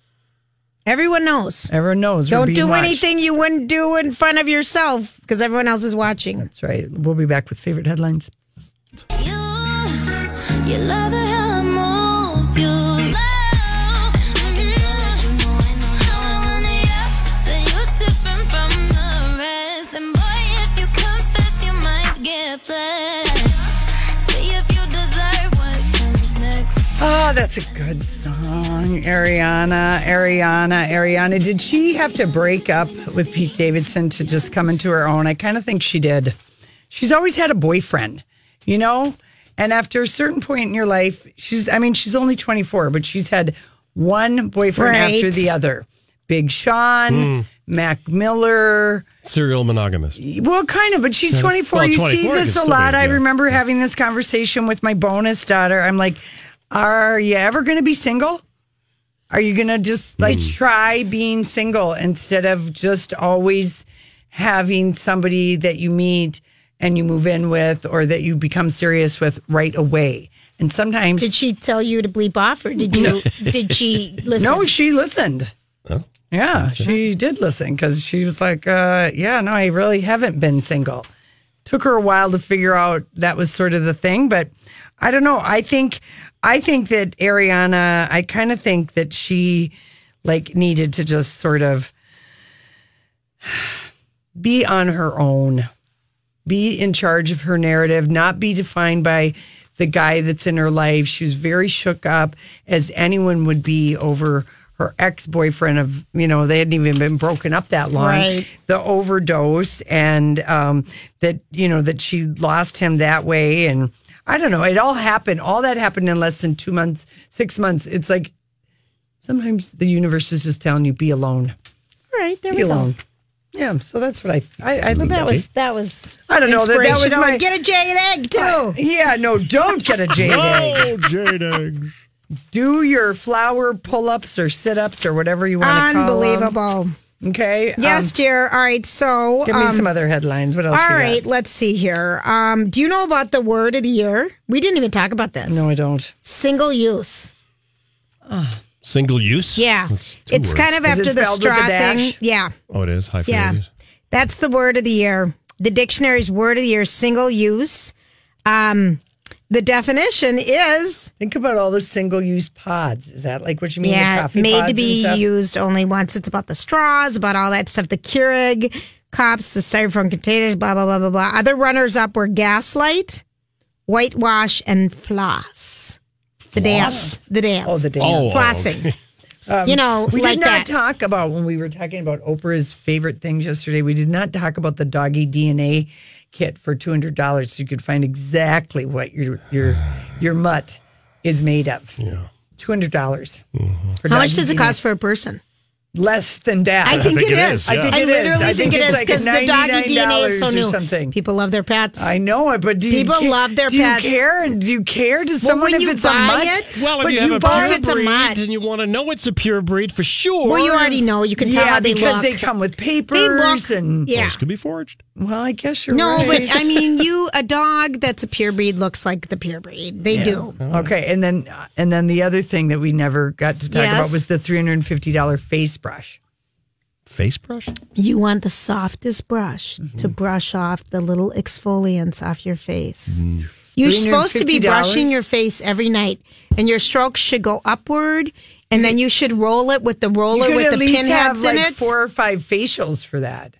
S3: Everyone knows.
S2: Everyone knows. we're
S3: Don't
S2: being
S3: do
S2: watched.
S3: anything you wouldn't do in front of yourself because everyone else is watching.
S2: That's right. We'll be back with favorite headlines. Oh, that's a good song. Ariana, Ariana, Ariana. Did she have to break up with Pete Davidson to just come into her own? I kind of think she did. She's always had a boyfriend, you know? And after a certain point in your life, she's, I mean, she's only 24, but she's had one boyfriend
S3: Right.
S2: after the other Big Sean, Mac Miller.
S1: Serial monogamous.
S2: Well, kind of, but she's 24.
S1: Well,
S2: you
S1: 24
S2: see
S1: can
S2: this a
S1: still
S2: lot.
S1: be,
S2: I
S1: yeah.
S2: remember having this conversation with my bonus daughter. I'm like, are you ever going to be single? Are you going to just like
S1: Hmm.
S2: try being single instead of just always having somebody that you meet and you move in with or that you become serious with right away? And sometimes,
S3: Did she tell you to bleep off, or did you? did she listen?
S2: no, she listened.
S1: Oh.
S2: Yeah, she did listen because she was like, uh, yeah, no, I really haven't been single. Took her a while to figure out that was sort of the thing, but I don't know. I think I think that Ariana, I kind of think that she like needed to just sort of be on her own, be in charge of her narrative, not be defined by the guy that's in her life. She was very shook up as anyone would be over her ex boyfriend of you know they hadn't even been broken up that long
S3: Right.
S2: the overdose and um, that you know that she lost him that way and i don't know it all happened all that happened in less than two months six months it's like sometimes the universe is just telling you be alone
S3: All right, there
S2: be
S3: we go.
S2: alone yeah so that's what i i, I think
S3: That was that was.
S2: I don't know, that- that was
S3: inspirational.
S2: my-
S3: get a jade egg too.
S2: yeah no don't get a jade egg.
S1: jade eggs.
S2: do your flower pull-ups or sit-ups or whatever you want to call them.
S3: Unbelievable.
S2: okay um,
S3: Yes, dear. All right, so
S2: give me
S3: um,
S2: some other headlines what else
S3: All
S2: you got?
S3: right, let's see here. Um, do you know about the word of the year? We didn't even talk about this.
S2: no i don't
S3: Single use.
S1: Single use?
S3: Yeah.
S1: That's two
S3: It's
S1: words.
S3: kind of
S2: Is it
S3: after the
S2: spelled with a
S3: straw thing.
S2: dash?
S3: Yeah.
S1: Oh, it is? High
S3: Yeah.
S1: fidelities.
S3: That's the word of the year. The dictionary's word of the year, single use. Um, the definition is
S2: Think about all the single-use pods. Is that like what you mean? the
S3: yeah,
S2: coffee
S3: made
S2: pods
S3: to
S2: and
S3: be
S2: stuff?
S3: used only once. It's about the straws, about all that stuff, the Keurig cups, the styrofoam containers, blah, blah, blah, blah, blah. Other runners up were gaslight, whitewash, and floss. The dance. The dance.
S2: Oh, the dance.
S1: Oh,
S3: Flossing. you know,
S2: We
S3: like
S2: did not
S3: that.
S2: talk about when we were talking about Oprah's favorite things yesterday. We did not talk about the doggy DNA kit for two hundred dollars, so you could find exactly what your your your mutt is made of. Yeah, two hundred dollars.
S3: How much does it cost for a person?
S2: Less than that.
S3: I think, it is.
S1: yeah.
S3: I
S2: it is.
S3: literally
S2: I
S3: think, it
S2: it's
S3: is
S2: like
S3: because the doggy DNA is so
S2: $99 or
S3: new.
S2: something.
S3: People love their pets.
S2: I know it, but do you
S3: People
S2: ca-
S3: love their
S2: do you
S3: pets.
S2: care? Do you care? Does someone if
S3: when you
S2: it's a
S3: buy
S2: mutt?
S3: it-
S1: Well, if
S2: But
S1: you have
S2: you
S1: a
S2: bought
S1: pure
S3: if it's a
S1: breed,
S3: mutt.
S1: then you want to know it's a pure breed for sure.
S3: well, you already know. You can tell
S2: yeah,
S3: how they
S2: because
S3: look.
S2: they come with papers and
S3: yeah.
S1: Those could be forged.
S2: well, I guess you're
S3: No,
S2: right.
S3: but I mean, you a dog that's a pure breed looks like the pure breed. They do.
S2: Okay, and then and then the other thing that we never got to talk
S3: Yes.
S2: about was the three hundred and fifty dollar face brush.
S1: Face brush?
S3: You want the softest brush
S2: Mm-hmm.
S3: to brush off the little exfoliants off your face.
S2: Mm-hmm.
S3: You're supposed to be brushing
S2: $350?
S3: your face every night, and your strokes should go upward, and then you should roll it with the
S2: You
S3: roller
S2: could
S3: with
S2: at
S3: the
S2: least have
S3: pinheads in
S2: like
S3: it.
S2: four or five facials for that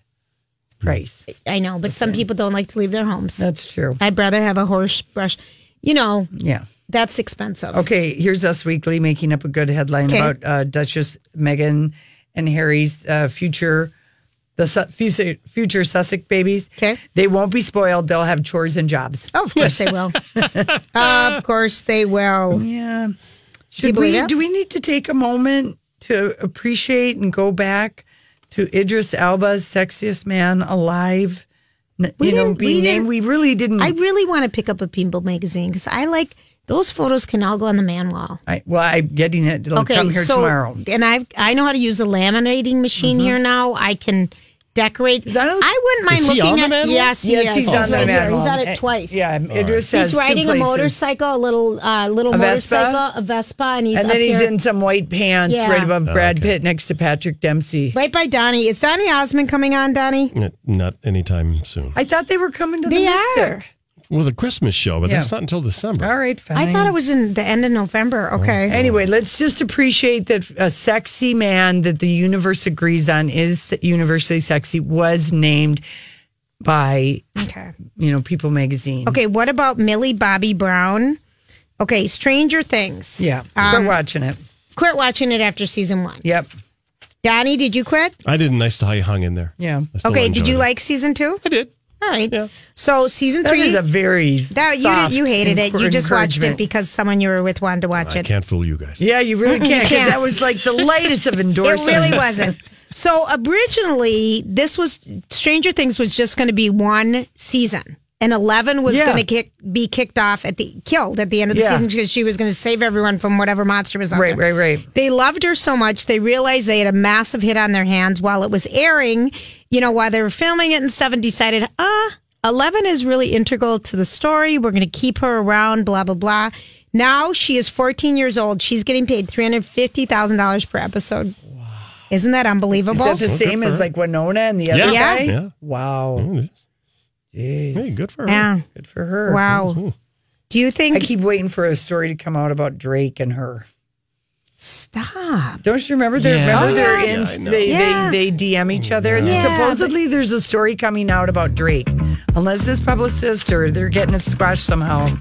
S2: price.
S3: I know, but some people don't like to leave their homes.
S2: That's true.
S3: I'd rather have a horse brush. you know,
S2: Yeah.
S3: that's expensive.
S2: Okay, here's Us Weekly making up a good headline
S3: Okay.
S2: about uh, Duchess Meghan and Harry's uh, future, the su- future, future Sussex babies.
S3: Okay.
S2: They won't be spoiled. They'll have chores and jobs.
S3: Oh, of course they will. of course they will.
S2: Yeah.
S3: you
S2: Should
S3: believe
S2: we,
S3: that?
S2: do we need to take a moment to appreciate and go back to Idris Alba's sexiest man alive? N-
S3: We
S2: you know,
S3: didn't-
S2: being
S3: we
S2: named.
S3: didn't-
S2: We really didn't.
S3: I really want to pick up a People magazine because I like those photos can all go on the man wall.
S2: I- well, I'm getting it. It'll come here tomorrow. Mm-hmm.
S3: And I I know how to use the laminating machine here now. I can decorate.
S2: that on-
S3: I wouldn't mind
S1: Is he
S3: looking
S1: on the
S3: at
S1: man wall?
S3: yes, he
S2: Yes,
S3: is.
S2: he's on the man
S3: right here. He's
S2: wall.
S3: on
S2: Eh,
S3: it twice.
S2: Yeah, Idris has
S3: He's
S2: two
S3: riding a
S2: places.
S3: motorcycle, a little uh, little
S2: A Vespa?
S3: motorcycle, a Vespa, and he's
S2: and
S3: up
S2: then he's
S3: here.
S2: in some white pants
S3: Yeah.
S2: right above Brad Pitt next to Patrick Dempsey.
S3: right by Donnie. Is Donnie Osmond coming on, Donnie?
S1: N- Eh, Not anytime soon.
S2: I thought they were coming to the
S3: They
S2: Mystic.
S1: Well, the Christmas show, but
S2: Yeah.
S1: that's not until December.
S2: All right, fine.
S3: I thought it was in the end of
S2: Oh.
S3: November. Okay.
S2: Anyway, let's just appreciate that a sexy man that the universe agrees on is universally sexy was named by
S3: Okay.
S2: you know People Magazine.
S3: Okay. What about Millie Bobby Brown? Okay, Stranger Things.
S2: Yeah,
S3: Um,
S2: we're watching it.
S3: Quit watching it after season one.
S2: Yep.
S3: Donnie, did you quit?
S1: I did nice to how you hung in there.
S2: Yeah.
S1: I still
S3: Okay. Did
S1: enjoyed
S3: you
S1: it.
S3: like season two?
S1: I did.
S3: All right.
S1: Yeah.
S3: So season
S2: That
S3: three.
S2: is a very
S3: that you did,
S2: soft
S3: you hated it. You just watched it
S2: encouragement.
S3: because someone you were with wanted to watch
S1: I
S3: it.
S1: can't fool you guys.
S2: yeah, you really can't because
S3: can't.
S2: that was like the lightest of endorsements.
S3: It really wasn't. So originally, this was Stranger Things was just going to be one season, and Eleven was
S2: Yeah.
S3: going to kick, be kicked off at the killed at the end of the
S2: Yeah.
S3: season because she was going to save everyone from whatever monster was out
S2: Right,
S3: there.
S2: right, right.
S3: They loved her so much they realized they had a massive hit on their hands while it was airing. You know, while they were filming it and stuff, and decided, ah, Eleven is really integral to the story. We're going to keep her around. Blah blah blah. Now she is 14 years old. She's getting paid $350,000 per episode. Isn't that
S2: Is
S3: unbelievable?
S2: that the same as like Winona and the other
S1: Yeah.
S2: guy?
S1: Yeah.
S2: Wow.
S1: Oh, it is.
S2: Jeez.
S1: Hey, good for her.
S3: yeah.
S2: Good for her.
S3: Wow. Do you
S2: I
S3: think?
S2: keep waiting for a story to come out about Drake and her.
S3: Stop.
S2: Don't you remember? They
S1: Yeah.
S2: remember
S1: Oh,
S2: they're
S1: yeah.
S2: in.
S1: Yeah, I know.
S2: they,
S3: Yeah.
S2: they they DM each other.
S3: Yeah.
S2: Supposedly, there's a story coming out about Drake. Unless this publicist or they're getting it squashed somehow.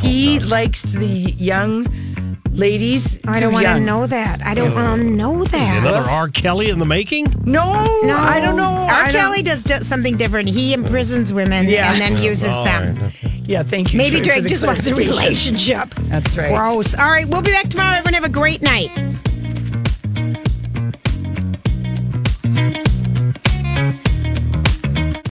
S2: he likes the young ladies.
S3: I don't
S2: too
S3: want to
S2: young.
S3: know that. I don't want to know
S1: Is
S3: that.
S1: another R. Kelly in the making?
S2: No,
S3: No,
S2: I don't know.
S3: R.
S2: I don't-
S3: Kelly does do- something different. He imprisons women
S2: Yeah.
S3: and then uses
S2: Oh,
S1: All
S3: them.
S1: right.
S2: Yeah, thank you. Drake,
S3: Maybe
S2: for
S3: Drake
S2: the
S3: just wants a
S2: clarification.
S3: relationship.
S2: That's right.
S3: Gross. All right, we'll be back tomorrow. Everyone have a great night.